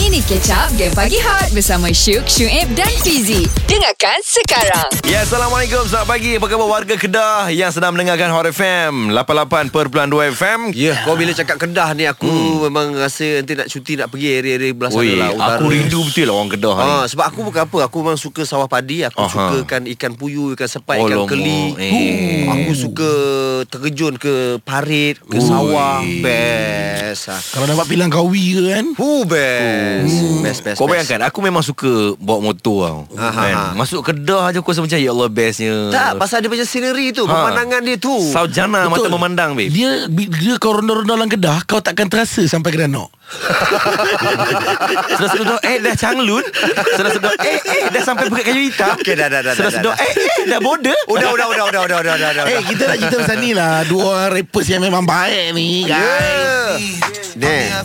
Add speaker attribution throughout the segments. Speaker 1: Ini Catch Up Game Pagi Hot bersama Syuk, Syuib dan Fizi. Dengarkan sekarang.
Speaker 2: Ya, Assalamualaikum. Selamat pagi. Apa khabar warga Kedah yang sedang mendengarkan Hot FM 88.2 FM?
Speaker 3: Ya, yeah. kau bila cakap Kedah ni aku hmm. memang rasa nanti nak cuti nak pergi area-area belah sana
Speaker 2: Oi,
Speaker 3: lah. utara.
Speaker 2: aku rindu betul lah orang Kedah ni.
Speaker 3: Ha, sebab aku bukan apa, aku memang suka sawah padi, aku
Speaker 2: Aha.
Speaker 3: Aha. suka ikan ikan puyuh, ikan sepat, ikan
Speaker 2: Alamak,
Speaker 3: keli.
Speaker 2: eh.
Speaker 3: Aku suka terjun ke parit, ke sawah. Best. ah.
Speaker 4: Kalau dapat pilang kawi ke kan
Speaker 3: Hu best. Best best.
Speaker 2: Kau
Speaker 3: best.
Speaker 2: bayangkan Aku memang suka Bawa motor tau
Speaker 3: Aha.
Speaker 2: kan? Masuk Kedah je Aku rasa macam Ya Allah bestnya
Speaker 3: Tak, pasal dia punya scenery tu,
Speaker 2: Ha.
Speaker 3: pemandangan dia tu.
Speaker 2: Saujana mata memandang babe
Speaker 4: Dia bi- Dia kau ronda-ronda dalam kedah Kau takkan terasa sampai ke danau
Speaker 2: Sudah sedok Eh dah Changlun Sudah sedok Eh eh dah sampai Bukit Kayu Hitam
Speaker 3: Okey, dah, dah, dah,
Speaker 2: Sudah
Speaker 3: dah,
Speaker 2: sedok
Speaker 3: dah.
Speaker 2: Eh eh dah border
Speaker 3: Udah udah udah udah udah udah udah. udah.
Speaker 4: Eh kita nak cerita pasal ni lah Dua orang rappers yang memang baik ni guys
Speaker 3: Yeah.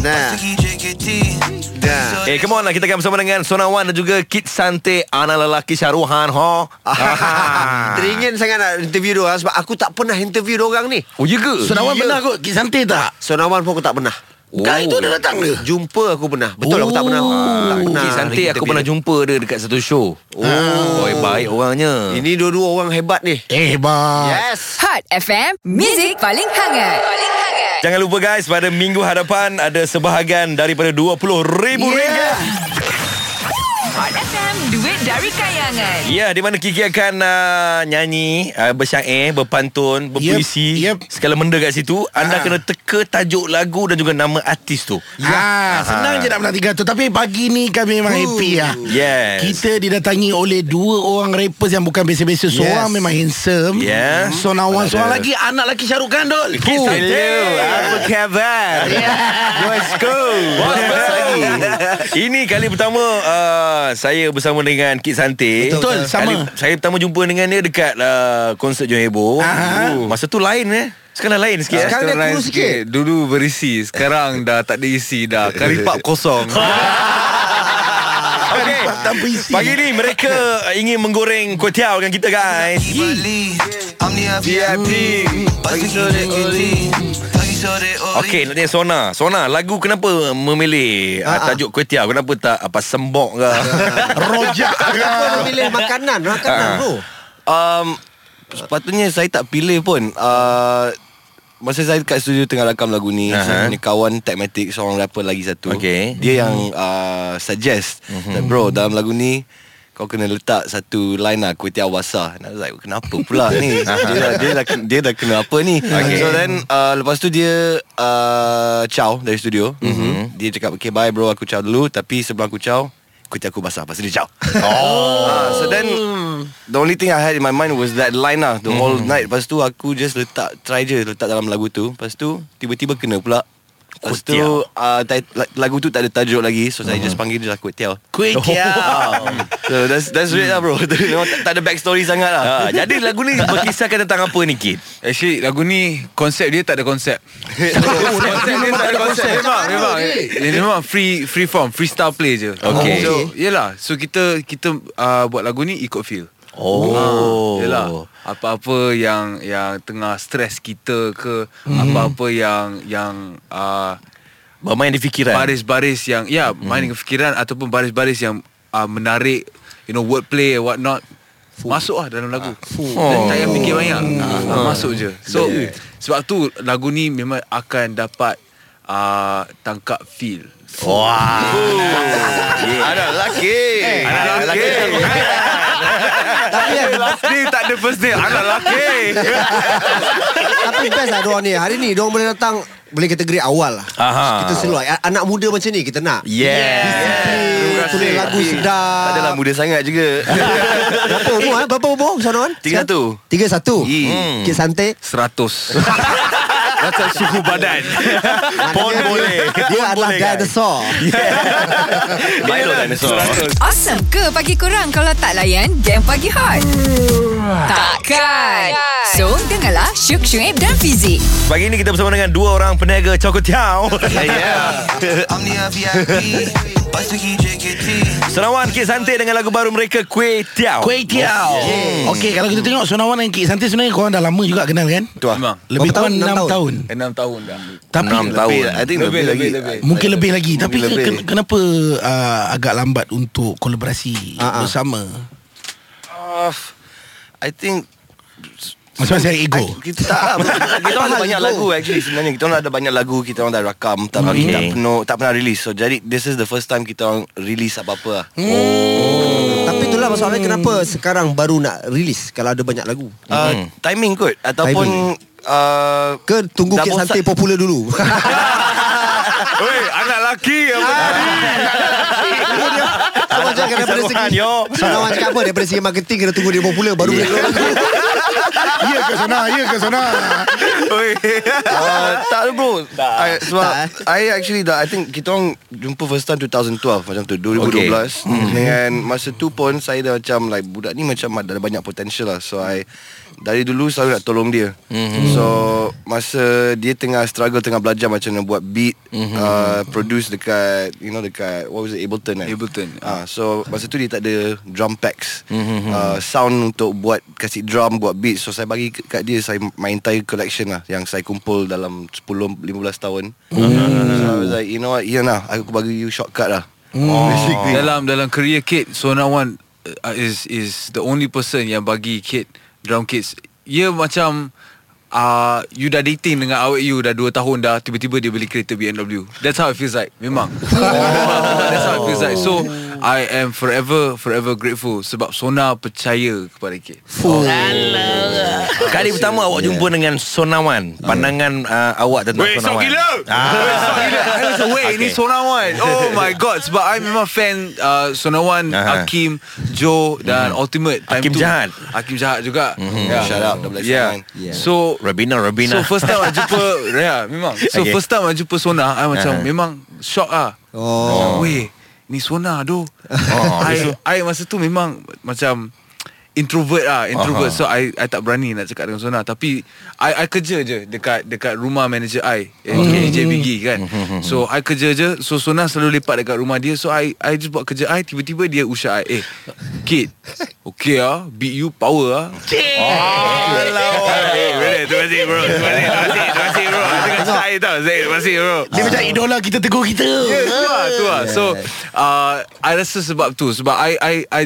Speaker 3: Nah. Nah.
Speaker 5: E
Speaker 3: Nah.
Speaker 2: Eh come on lah Kita akan bersama dengan Sonawan dan juga Kid Sante Anak lelaki Syaruhan ho.
Speaker 3: Ah, ha,
Speaker 2: Aha.
Speaker 3: Teringin sangat nak interview dia orang sebab aku tak pernah interview dia orang ni.
Speaker 2: Oh ya ke?
Speaker 4: Sunawan pernah kot Kit Santai tak
Speaker 3: Sonawan pun aku tak pernah.
Speaker 4: oh. Kali tu dia datang ke
Speaker 3: Jumpa aku pernah. Betul aku tak pernah.
Speaker 5: Oh.
Speaker 3: Tak pernah.
Speaker 2: Kid Sante aku pernah jumpa dia Dekat satu show Oh Boy, Baik orangnya
Speaker 3: Ini dua-dua orang hebat ni.
Speaker 4: Eh bang
Speaker 3: Yes.
Speaker 1: Hot FM, Music paling hangat. Paling hangat.
Speaker 2: Jangan lupa guys Pada minggu hadapan Ada sebahagian Daripada RM20,000 yeah. ringgit
Speaker 1: Hot FM, duit dari kayangan.
Speaker 2: Ya, di mana Kiki akan uh, nyanyi, uh, bersyair, berpantun, berpuisi,
Speaker 4: Yep, yep.
Speaker 2: segala benda kat situ. Anda
Speaker 4: Ha.
Speaker 2: kena teka tajuk lagu dan juga nama artis tu. Ah.
Speaker 4: Ya, senang je nak menang tiga tu Tapi pagi ni kami memang happy lah
Speaker 2: Yes.
Speaker 4: Kita didatangi oleh dua orang rappers yang bukan biasa-biasa Seorang
Speaker 3: Yes.
Speaker 4: memang handsome
Speaker 2: Yeah.
Speaker 4: Sonawan seorang lagi anak lelaki Syarul Kandol
Speaker 2: Kid
Speaker 4: Oh.
Speaker 2: Sante. Apa khabar? Let's go. Bos lagi. Ini kali pertama uh, saya bersama dengan Kid Sante.
Speaker 4: Betul, sama.
Speaker 2: Kali, saya pertama jumpa dengan dia dekat uh, konsert Johor Heboh.
Speaker 4: Aha.
Speaker 2: Masa tu lain eh. Sekarang lain sikit. eh.
Speaker 3: Sekarang dia kurus sikit.
Speaker 5: Dulu berisi Sekarang dah tak ada isi dah Karipap kosong
Speaker 2: Okey.
Speaker 4: Tanpa isi
Speaker 2: Pagi ni mereka ingin menggoreng kotiau dengan kita guys.
Speaker 5: VIP Pagi sore oli
Speaker 2: Okey, nak tanya Sona. Sona, lagu kenapa memilih
Speaker 6: Ah,
Speaker 2: uh, tajuk kotiau? Kenapa tak apa sembok ke?
Speaker 4: Rojak
Speaker 3: Kenapa nak pilih makanan? Makanan
Speaker 2: Ah.
Speaker 3: bro.
Speaker 5: um, Sepatutnya saya tak pilih pun uh, Masa saya dekat studio tengah rakam lagu ni
Speaker 2: Aha.
Speaker 5: uh-huh. Saya punya kawan Tagmatic Seorang rapper lagi satu
Speaker 2: Okey.
Speaker 5: Dia yang uh, suggest uh-huh. Bro dalam lagu ni kau kena letak satu line lah Kuih Tiaw Basah And I was like Kenapa pula ni dia, dah, dia, dah, kena- dia dah kena apa ni
Speaker 2: Okay.
Speaker 5: okay. So then uh, Lepas tu dia uh, Ciao dari studio mm-hmm. Dia cakap Okay bye bro Aku ciao dulu Tapi sebelum aku ciao Kuih Tiaw aku basah Lepas tu dia ciao Ah, so then the only thing I had in my mind was that line lah the whole night. Lepas tu aku just letak try je letak dalam lagu tu. Lepas tu tiba-tiba kena pula. Lepas tu
Speaker 2: Kuetiau.
Speaker 5: uh, tit- la- lagu tu tak ada tajuk lagi
Speaker 6: Mhm.
Speaker 5: so saya just panggil dia lah Kuih Tiaw.
Speaker 4: Kuih tiaw
Speaker 5: So that's that's it lah bro. Memang tak, tak ada backstory sangat lah.
Speaker 6: Ah.
Speaker 2: Ha, jadi lagu ni berkisahkan tentang apa ni, Kid?
Speaker 6: Actually lagu ni Konsep Oh, dia tak ada konsep Konsep dia tak ada konsep Memang Memang Dia memang free free form Freestyle play je
Speaker 2: Okay.
Speaker 6: So yelah So kita Kita uh, buat lagu ni Ikut feel Ah.
Speaker 2: Oh.
Speaker 6: Yelah Apa-apa yang Yang tengah stress kita ke
Speaker 5: Mhm.
Speaker 6: Apa-apa yang Yang uh,
Speaker 2: Bermain di fikiran.
Speaker 6: Baris-baris yang Ya main dengan fikiran Ataupun baris-baris yang uh, Menarik You know wordplay and what not Masuk lah dalam lagu Dan tak payah fikir banyak Ah, Masuk je So Sebab tu lagu ni memang akan dapat uh, Tangkap feel
Speaker 2: Oh,
Speaker 5: Anak lelaki.
Speaker 2: Eh,
Speaker 6: Eh,
Speaker 5: Anak lelaki.
Speaker 3: Tapi
Speaker 6: Last day tak ada first day Anak lelaki
Speaker 3: tapi best lah diorang ni. Hari ni diorang boleh datang boleh kategori awal lah.
Speaker 2: Aha.
Speaker 3: Kita selalu
Speaker 5: Ah.
Speaker 3: a- anak muda macam ni kita nak.
Speaker 2: Yeah.
Speaker 3: Yeah. Tulis lagu sedap.
Speaker 5: Tak adalah muda sangat juga.
Speaker 3: Berapa umur? Eh? Berapa umur Sanon?
Speaker 5: Tiga satu.
Speaker 3: Tiga satu.
Speaker 5: Hmm.
Speaker 3: Kit santai.
Speaker 6: Seratus Macam suhu badan
Speaker 2: Pun
Speaker 3: Maknanya dia-
Speaker 2: boleh.
Speaker 3: Dia adalah
Speaker 2: boleh, kan? guys.
Speaker 3: dinosaur.
Speaker 2: Milo dinosaur.
Speaker 1: Awesome ke pagi kurang kalau tak layan Game Pagi Hot? Takkan. So, dengarlah Syuk, Syuib dan Fizi.
Speaker 2: Pagi ni kita bersama dengan dua orang peniaga Chocotiao.
Speaker 5: Yeah.
Speaker 7: Lepas tu pergi JKT
Speaker 2: Senawan Kid Santik dengan lagu baru mereka Kuih Tiao
Speaker 4: Kuih Tiao yeah. Okay Oh, kalau kita tengok Sonawan dan Kik Santi Sebenarnya korang dah lama juga kenal kan
Speaker 3: Tu lah
Speaker 5: Memang
Speaker 4: Lebih
Speaker 8: Berapa
Speaker 4: kurang
Speaker 8: tahun?
Speaker 4: 6
Speaker 8: Enam
Speaker 4: tahun.
Speaker 8: tahun.
Speaker 5: Enam tahun dah
Speaker 4: Tapi
Speaker 3: Enam tahun I think lebih, lagi
Speaker 4: Mungkin lebih lagi Tapi
Speaker 3: lebih.
Speaker 4: ke- kenapa uh, Agak lambat untuk Kolaborasi
Speaker 8: Ah, ah.
Speaker 4: Bersama
Speaker 3: Ah, I think
Speaker 4: Masing-masing ada ego
Speaker 3: I, kita tak lah. kita orang ada banyak lagu actually sebenarnya kita orang ada banyak lagu kita orang dah rakam tapi
Speaker 2: Okay.
Speaker 3: tak pernah tak pernah release so jadi this is the first time kita orang release apa-apa lah.
Speaker 8: Tapi itulah masalahnya kenapa sekarang baru nak release kalau ada banyak lagu.
Speaker 3: Uh, timing kot ataupun uh,
Speaker 8: Ke tunggu
Speaker 3: Dah
Speaker 8: Kek
Speaker 3: bosan-
Speaker 8: Santai popular dulu.
Speaker 2: Hei anak lelaki
Speaker 8: Abang cakap daripada
Speaker 2: Saruhan,
Speaker 8: segi
Speaker 2: yo.
Speaker 8: Sonawan cakap apa Daripada segi marketing Kena tunggu dia popular Baru boleh keluar lagu.
Speaker 4: Ya ke sana Ya ke sana
Speaker 3: Ah. Uh, tak bro I, Sebab
Speaker 8: Tak, eh?
Speaker 3: I actually dah I think kita orang Jumpa first time 2012 Macam tu 2012 okay. Hmm. Dengan masa tu pun Saya dah macam like Budak ni macam Ada banyak potential lah So I Dari dulu selalu nak tolong dia mm-hmm. So Masa dia tengah struggle Tengah belajar macam mana buat beat mm-hmm. uh, Produce dekat You know dekat What was it Ableton eh?
Speaker 5: Ableton.
Speaker 3: Ah, so masa tu dia tak ada drum packs
Speaker 2: Mhm,
Speaker 3: mm-hmm. uh, Sound untuk buat Kasih drum Buat beat So saya bagi kat dia Saya my entire collection lah Yang saya kumpul dalam 10-15 tahun
Speaker 2: Mhm.
Speaker 3: Ah, So I was like You know what Ian lah Aku bagi you shortcut lah oh. Basically
Speaker 5: Dalam dalam career Kid Sonawan uh, is is the only person yang bagi Kid drum kids. Ia macam uh, you dah dating dengan awet you dah 2 tahun dah tiba-tiba dia beli kereta BMW. That's how it feels like. Memang. That's how it feels like. So I am forever forever grateful sebab Sona percaya kepada Kid.
Speaker 2: Kali pertama awak
Speaker 3: Ya.
Speaker 2: jumpa dengan Sonawan Pandangan uh, awak tentang
Speaker 5: Weh,
Speaker 2: Sonawan
Speaker 5: sok gila.
Speaker 2: ah.
Speaker 5: I was away Ini Sonawan Oh my god Sebab I memang fan uh, Sonawan
Speaker 2: Aha.
Speaker 5: Hakim Joe Dan Ultimate
Speaker 2: Uh-huh. Mm-hmm. Hakim
Speaker 5: tu.
Speaker 2: Jahat.
Speaker 5: Hakim Jahat juga mm-hmm.
Speaker 3: Shout out to Black
Speaker 5: yeah.
Speaker 3: Sonawan.
Speaker 5: yeah So
Speaker 2: Rabina Rabina
Speaker 5: So first time I jumpa Ya yeah, memang So
Speaker 2: Okay.
Speaker 5: okay. first time I jumpa Sona I macam
Speaker 2: Aha.
Speaker 5: Memang shock ah. Oh Weh Ni Sona doh oh, I, I masa tu memang Macam Introvert ah, Introvert So I I tak berani nak cakap dengan Sona Tapi I I kerja je Dekat dekat rumah manager I eh, AJ Biggie kan So I kerja je So Sona selalu lepak dekat rumah dia So I I just buat kerja I Tiba-tiba dia usah I Eh Kid Okay ah Beat you power ah
Speaker 2: Terima kasih bro Terima kasih Terima kasih bro Dengan saya tau Terima kasih bro
Speaker 4: Dia macam idola kita Tegur kita
Speaker 5: tu lah, tu lah. So uh, I rasa sebab tu Sebab I I, I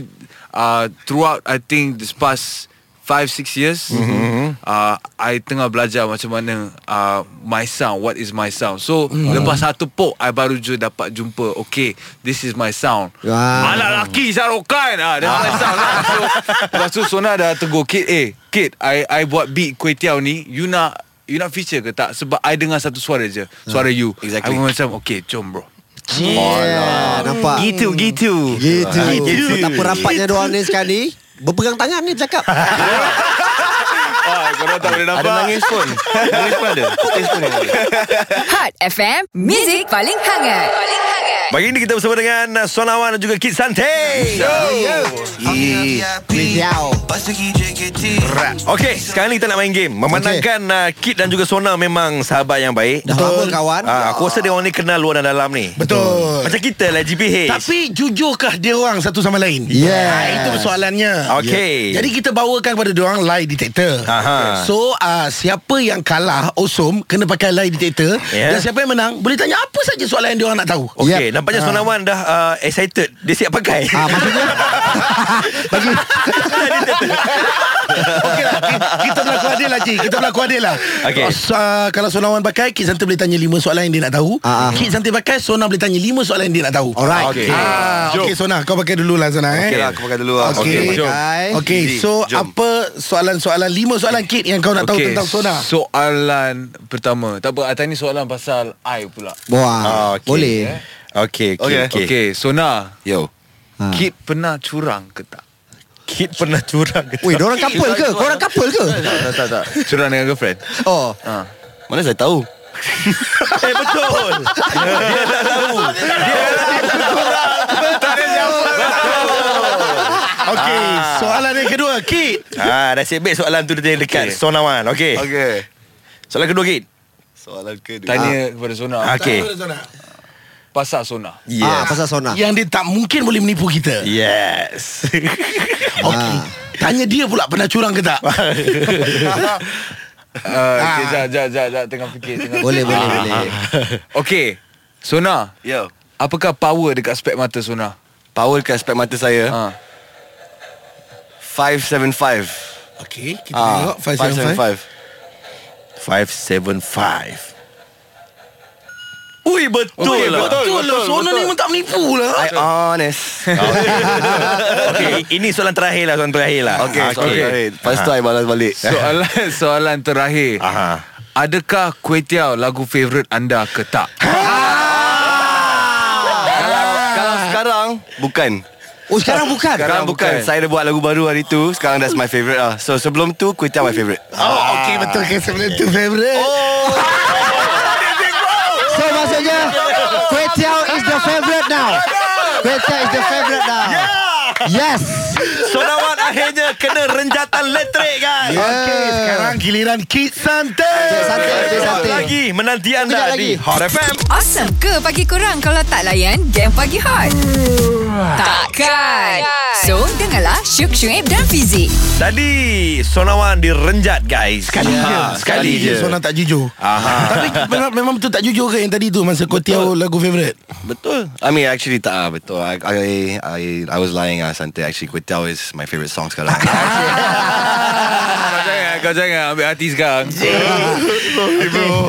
Speaker 5: uh, Throughout I think This past 5-6 years mm-hmm. uh, I tengah belajar macam mana uh, My sound What is my sound So mm. lepas satu pok I baru je dapat jumpa Okay This is my sound
Speaker 8: Wah.
Speaker 5: Anak lelaki Sarokan ah, Dia my sound lah so, Lepas tu Sona dah tegur Kid eh Kid I, I buat beat Kuih Tiao ni You nak You nak feature ke tak Sebab I dengar satu suara je Suara
Speaker 2: Hmm.
Speaker 5: you
Speaker 3: Exactly.
Speaker 5: I macam Okay jom bro
Speaker 8: Yeah, lah. nampak.
Speaker 2: Gitu gitu
Speaker 8: Gitu.
Speaker 4: Ah,
Speaker 3: Ah,
Speaker 2: Gitu.
Speaker 8: Betapa rapatnya doang ni sekarang ni. Berpegang tangan ni bercakap.
Speaker 2: Ah, Korang tak boleh nampak
Speaker 3: Ada nangis pun Nangis pun ada Nangis pun ada
Speaker 1: Hot FM, music paling hangat. Paling hangat.
Speaker 2: Pagi ini kita bersama dengan uh, Sonawan dan juga Kid Santai
Speaker 3: Ya.
Speaker 8: Kejau.
Speaker 7: Lepas tu pergi JKT
Speaker 2: Okey, sekarang ni kita nak main game Memandangkan uh, Kid dan juga Sona memang sahabat yang baik
Speaker 8: Dah lama kawan.
Speaker 2: Ah, aku rasa dia orang ni kenal luar dan dalam ni
Speaker 4: Betul.
Speaker 2: Macam kita lah GPH
Speaker 4: Tapi jujurkah dia orang satu sama lain?
Speaker 8: Yeah.
Speaker 4: Ah, itu persoalannya.
Speaker 2: Okey.
Speaker 4: Jadi kita bawakan kepada dia orang lie detector.
Speaker 2: Aha.
Speaker 4: So uh, siapa yang kalah osum kena pakai lie detector
Speaker 2: Yeah.
Speaker 4: dan siapa yang menang boleh tanya apa saja soalan yang dia orang nak tahu. Ah.
Speaker 2: Okey,
Speaker 8: Yep.
Speaker 2: nampaknya Sonawan dah uh, excited. Dia siap pakai.
Speaker 8: Ah, maksudnya bagi
Speaker 4: Okey lah ki- Kita berlaku adil lah Cik Kita berlaku adil lah
Speaker 2: Okey.
Speaker 4: so, uh, Kalau Sonawan pakai Kit Santai boleh tanya 5 soalan yang dia nak tahu
Speaker 8: Ah, ah.
Speaker 4: Kit Santai pakai Sona boleh tanya 5 soalan yang dia nak tahu
Speaker 8: Alright.
Speaker 2: Okey.
Speaker 4: Ah,
Speaker 2: Jom.
Speaker 4: okay Sona Kau pakai dulu lah Sona eh
Speaker 3: Okay lah aku pakai dulu lah
Speaker 4: Okey.
Speaker 3: Okay,
Speaker 2: jom.
Speaker 8: Pakai.
Speaker 4: Okay,
Speaker 3: Easy.
Speaker 4: so
Speaker 3: Jom.
Speaker 4: apa soalan-soalan lima soalan Kit yang kau nak tahu tentang Sona?
Speaker 5: Soalan pertama. Tak apa, Atai ni soalan pasal I pula.
Speaker 8: Wah,
Speaker 2: Ah, okey.
Speaker 8: boleh.
Speaker 2: Okey, okey,
Speaker 3: Okey.
Speaker 2: okey.
Speaker 5: Okay, okay Sona,
Speaker 3: Yo
Speaker 4: Ha.
Speaker 8: Ah.
Speaker 5: Kid pernah curang ke tak?
Speaker 2: Kid pernah curang ke?
Speaker 8: Weh, diorang couple ke? Korang couple ke?
Speaker 3: Tak tak tak
Speaker 5: Curang dengan girlfriend?
Speaker 8: Oh,
Speaker 5: Ha.
Speaker 3: Mana saya tahu
Speaker 2: eh, betul.
Speaker 4: Okay, soalan yang kedua Kit.
Speaker 2: ah, dah siap baik soalan tu dia dekat okay. Sonawan. Okey. Okay.
Speaker 3: Okay
Speaker 2: Soalan kedua, Kid.
Speaker 3: Soalan kedua
Speaker 2: Ah.
Speaker 5: Tanya kepada Sona.
Speaker 2: Okey.
Speaker 4: Sona.
Speaker 5: Pasar Sona.
Speaker 3: Ah, pasal Sona.
Speaker 4: Yang dia tak mungkin boleh menipu kita
Speaker 9: Yes.
Speaker 4: Okey Tanya dia pula pernah curang ke tak Ah,
Speaker 5: Uh, okay, jap, jap, jap, jap, tengah fikir. Tengah
Speaker 3: Boleh, boleh, boleh.
Speaker 5: Okay, Sona.
Speaker 2: Yo.
Speaker 5: Apakah power dekat spek mata Sona?
Speaker 2: Power dekat spek mata saya
Speaker 5: Ha.
Speaker 2: 575
Speaker 4: Okey Kita
Speaker 2: Ah,
Speaker 4: tengok 575
Speaker 9: 575. Ui betul okay, lah.
Speaker 4: Betul, betul, betul Sona ni pun tak menipu lah
Speaker 2: I honest
Speaker 9: Okay, ini soalan terakhir lah, soalan terakhir lah.
Speaker 2: Okay, okay. sorry Lepas tu I balas balik
Speaker 5: Soalan soalan terakhir.
Speaker 9: Aha.
Speaker 5: Adakah Kuih Tiao lagu favourite anda ke tak?
Speaker 4: Ha.
Speaker 2: Kalau, kalau sekarang Bukan
Speaker 3: Oh, sekarang bukan.
Speaker 2: Sekarang bukan.
Speaker 5: bukan.
Speaker 2: Saya dah buat lagu baru hari tu Sekarang that's my favourite lah So sebelum tu Kuih Tiao my favourite
Speaker 4: Oh okey
Speaker 3: Ah.
Speaker 4: betul ke sebenarnya tu favourite
Speaker 3: Oh. So maksudnya Kway Teow is the favorite now. Kway Teow is the favorite now. Yes.
Speaker 9: Sonawan akhirnya kena renjatan elektrik kan.
Speaker 4: Okey
Speaker 3: Eh.
Speaker 4: sekarang giliran Kid
Speaker 3: Cik
Speaker 4: Santai
Speaker 3: Santai, Cik Santai.
Speaker 9: Lagi menanti anda
Speaker 3: Sekejap
Speaker 9: di
Speaker 3: lagi.
Speaker 9: Hot FM.
Speaker 1: Awesome ke pagi korang kalau tak layan game pagi hot? Takkan. So, dengarlah Syuk Syuib dan Fizik.
Speaker 9: Tadi Sonawan direnjat guys. Ya,
Speaker 4: Sekali
Speaker 3: Ya,
Speaker 4: je Ah, Sekali je Sona tak jujur Tapi memang, memang betul tak jujur ke yang tadi tu Masa kau tiaw lagu favourite
Speaker 2: Betul I mean actually tak lah Betul I, I, I, I was lying lah Santai Actually Kuih Tiao is my favourite song sekarang
Speaker 9: Ah,
Speaker 5: Kau jangan, kau jangan ambil hati sekarang.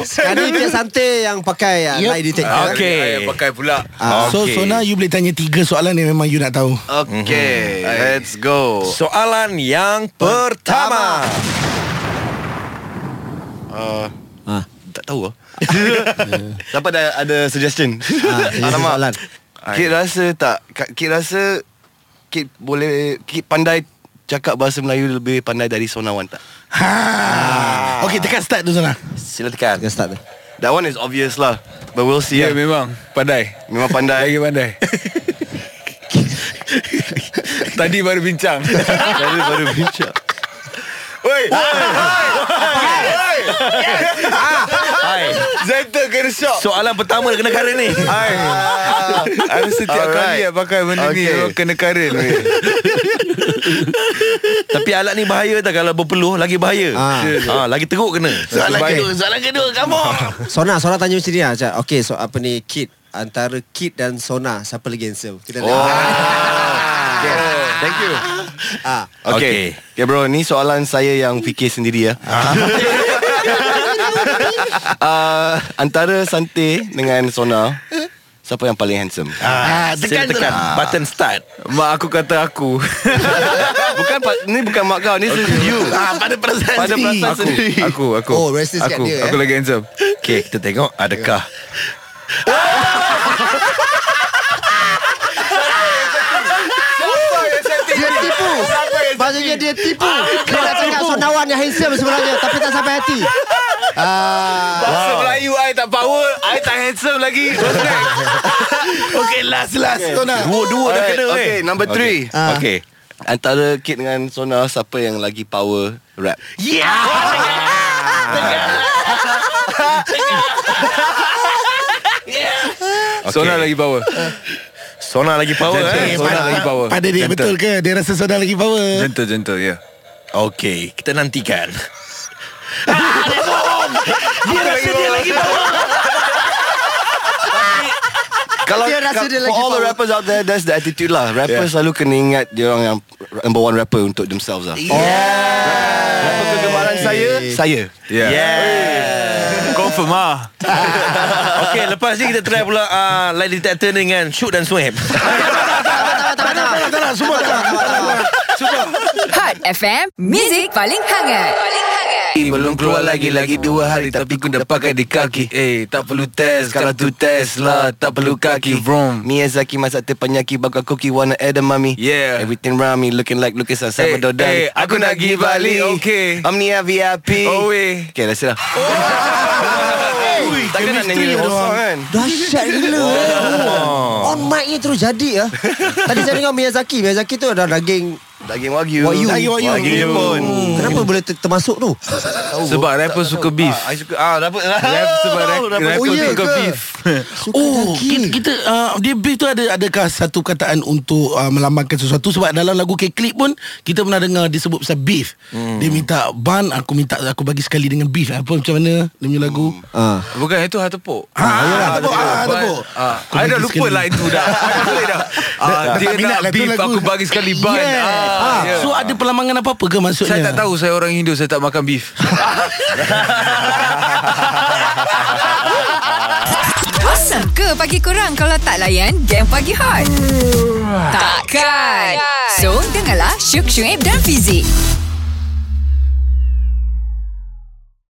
Speaker 3: Tadi Cik Santai yang pakai uh,
Speaker 4: Yup.
Speaker 3: lie detector.
Speaker 9: Okay.
Speaker 5: Saya pakai pula.
Speaker 4: Ah, So Sona you boleh tanya tiga soalan yang memang you nak tahu
Speaker 2: Okay Let's
Speaker 9: Oh.
Speaker 2: go
Speaker 9: Soalan yang pertama.
Speaker 2: Ah.
Speaker 4: Ah.
Speaker 2: Tak tahu lah Dapat dah ada suggestion
Speaker 3: Ah, suggestion soalan.
Speaker 2: Kid rasa tak Ka- Kid rasa Kid boleh Kid pandai Cakap bahasa Melayu Lebih pandai dari Sonawan tak
Speaker 4: ha. Okay tekan start tu Sona
Speaker 2: Sila tekan
Speaker 3: Kita start tu.
Speaker 2: That one is obvious lah But we'll see
Speaker 5: Ya,
Speaker 2: yeah,
Speaker 5: memang. Pandai.
Speaker 2: Memang pandai
Speaker 5: Lagi pandai. Tadi baru bincang.
Speaker 2: Baru baru bincang
Speaker 9: Hai.
Speaker 5: Zaitun kena shock.
Speaker 9: Soalan pertama kena kara ni.
Speaker 5: Hai. I rasa tiap
Speaker 2: Alright.
Speaker 5: kali I pakai benda ni
Speaker 2: Okay.
Speaker 5: memang kena karen. weh.
Speaker 9: Tapi alat ni bahaya tak kalau berpeluh lagi bahaya.
Speaker 3: Ah.
Speaker 9: Ah, lagi teruk kena.
Speaker 4: Soalan
Speaker 5: Terbaik.
Speaker 4: kedua Soalan kedua Kamu
Speaker 3: Sona, Sona tanya macam ni lah. Cak. Okay, so apa ni Kid antara Kid dan Sona siapa lagi handsome? Kita
Speaker 2: Oh
Speaker 3: tengok.
Speaker 2: okay. Thank you
Speaker 3: Ah.
Speaker 9: Okay.
Speaker 2: Okay. okay bro Ni soalan saya yang fikir sendiri ya. uh, antara Sante dengan Sona Siapa yang paling handsome?
Speaker 4: Ah,
Speaker 9: Sila
Speaker 4: tekan
Speaker 9: tekan
Speaker 3: lah.
Speaker 9: button start.
Speaker 5: Mak aku kata aku.
Speaker 2: bukan pa- Ni bukan mak kau Ni okay. you
Speaker 4: Ah, pada perasaan
Speaker 2: Pada
Speaker 4: sendiri.
Speaker 2: perasaan
Speaker 5: Aku,
Speaker 2: sendiri
Speaker 5: aku, aku.
Speaker 3: Oh, racist kat
Speaker 5: aku,
Speaker 3: dia,
Speaker 5: Aku
Speaker 3: eh?
Speaker 5: lagi handsome.
Speaker 9: Okay, kita tengok adakah
Speaker 3: Dia tipu Maksudnya dia tipu
Speaker 4: Ah,
Speaker 3: Dia nak cakap sonawan yang handsome sebenarnya Tapi tak sampai hati Ah,
Speaker 5: Bahasa Melayu I tak power, I tak handsome lagi.
Speaker 4: Okay last last Sona
Speaker 9: dua-dua dah kena eh.
Speaker 2: okay, number three okay.
Speaker 3: Ah.
Speaker 9: Okay.
Speaker 2: Antara Kid dengan Sona Siapa yang lagi power rap? Ah.
Speaker 5: Sona lagi power.
Speaker 9: Sona lagi power
Speaker 5: Jantung.
Speaker 9: eh.
Speaker 5: Sona
Speaker 4: pada,
Speaker 5: lagi power.
Speaker 4: pada dia
Speaker 5: Gentle.
Speaker 4: betul ke Dia rasa Sona lagi power
Speaker 5: Gentle, gentle, ya. Yeah.
Speaker 9: Okay, kita nantikan.
Speaker 2: Ah, Kalau
Speaker 3: Dia rasa dia lagi
Speaker 2: For all the
Speaker 3: power.
Speaker 2: rappers out there That's the attitude lah Rappers yeah. selalu kena ingat Dia orang yang Number one rapper Untuk themselves lah yeah. Rapper kegemaran saya Saya
Speaker 5: Yeah. Confirm ah.
Speaker 9: lah. Okay, lepas ni kita try pula uh, light detector ni dengan shoot dan swipe.
Speaker 4: Tak nak semua tak nak
Speaker 1: Hot FM, Music paling hangat. Paling hangat.
Speaker 5: Belum keluar lagi Lagi dua hari Tapi ku dah pakai di kaki Eh tak perlu test Kalau tu test lah Tak perlu kaki Vroom
Speaker 2: Miyazaki masak teh penyaki Bakar koki Wanna add a mami
Speaker 5: Yeah.
Speaker 2: Everything round me Looking like lukisan Salvador Dali
Speaker 5: eh, aku nak pergi Bali, okay.
Speaker 2: Omnia VIP
Speaker 5: Oh weh
Speaker 2: Okay dah sila Takkan nak nyanyi kosong kan
Speaker 3: Dahsyat gila eh. On mic ni terus jadi ya. Tadi saya dengar Miyazaki Miyazaki tu ada daging Daging wagyu.
Speaker 8: Wagyu.
Speaker 3: Daging wagyu. Wagyu Jepun.
Speaker 8: Kenapa boleh ter- termasuk tu?
Speaker 5: Sebab rapper suka beef
Speaker 3: Ah, I suka ah dapat lah.
Speaker 5: Rap sebab rap, rapper
Speaker 8: Oh, ya
Speaker 5: suka
Speaker 8: ke?
Speaker 5: beef
Speaker 8: Suka
Speaker 4: Oh,
Speaker 8: kaki.
Speaker 4: kita, kita uh, dia beef tu ada adakah satu kataan untuk uh, melambangkan sesuatu sebab dalam lagu K-Clip pun kita pernah dengar dia sebut pasal beef. Hmm. Dia minta ban, aku minta aku bagi sekali dengan beef. Apa macam mana dia punya lagu?
Speaker 8: Ah.
Speaker 4: Hmm.
Speaker 5: Bukan itu hak tepuk
Speaker 4: Ha, ha, tepuk,
Speaker 5: Hak
Speaker 4: ha, tepuk.
Speaker 5: Ah,
Speaker 4: Aku
Speaker 5: I dah
Speaker 4: bagi
Speaker 5: lupa
Speaker 4: sekali.
Speaker 5: lah itu dah I dah pelik dah Ah,
Speaker 4: Dah-
Speaker 5: Dia
Speaker 4: tak minat
Speaker 5: nak
Speaker 4: lah tu
Speaker 5: beef
Speaker 4: lagu.
Speaker 5: Aku bagi sekali ban
Speaker 4: Yes.
Speaker 5: Ah,
Speaker 4: Ah,
Speaker 5: ya.
Speaker 4: so ada perlambangan apa-apa ke
Speaker 3: Ya.
Speaker 4: maksudnya?
Speaker 5: Saya tak tahu Saya orang Hindu Saya tak makan beef
Speaker 1: Awesome ke pagi kurang kalau tak layan game pagi hot? Takkan. So, dengarlah Syuk Syuib dan Fizik.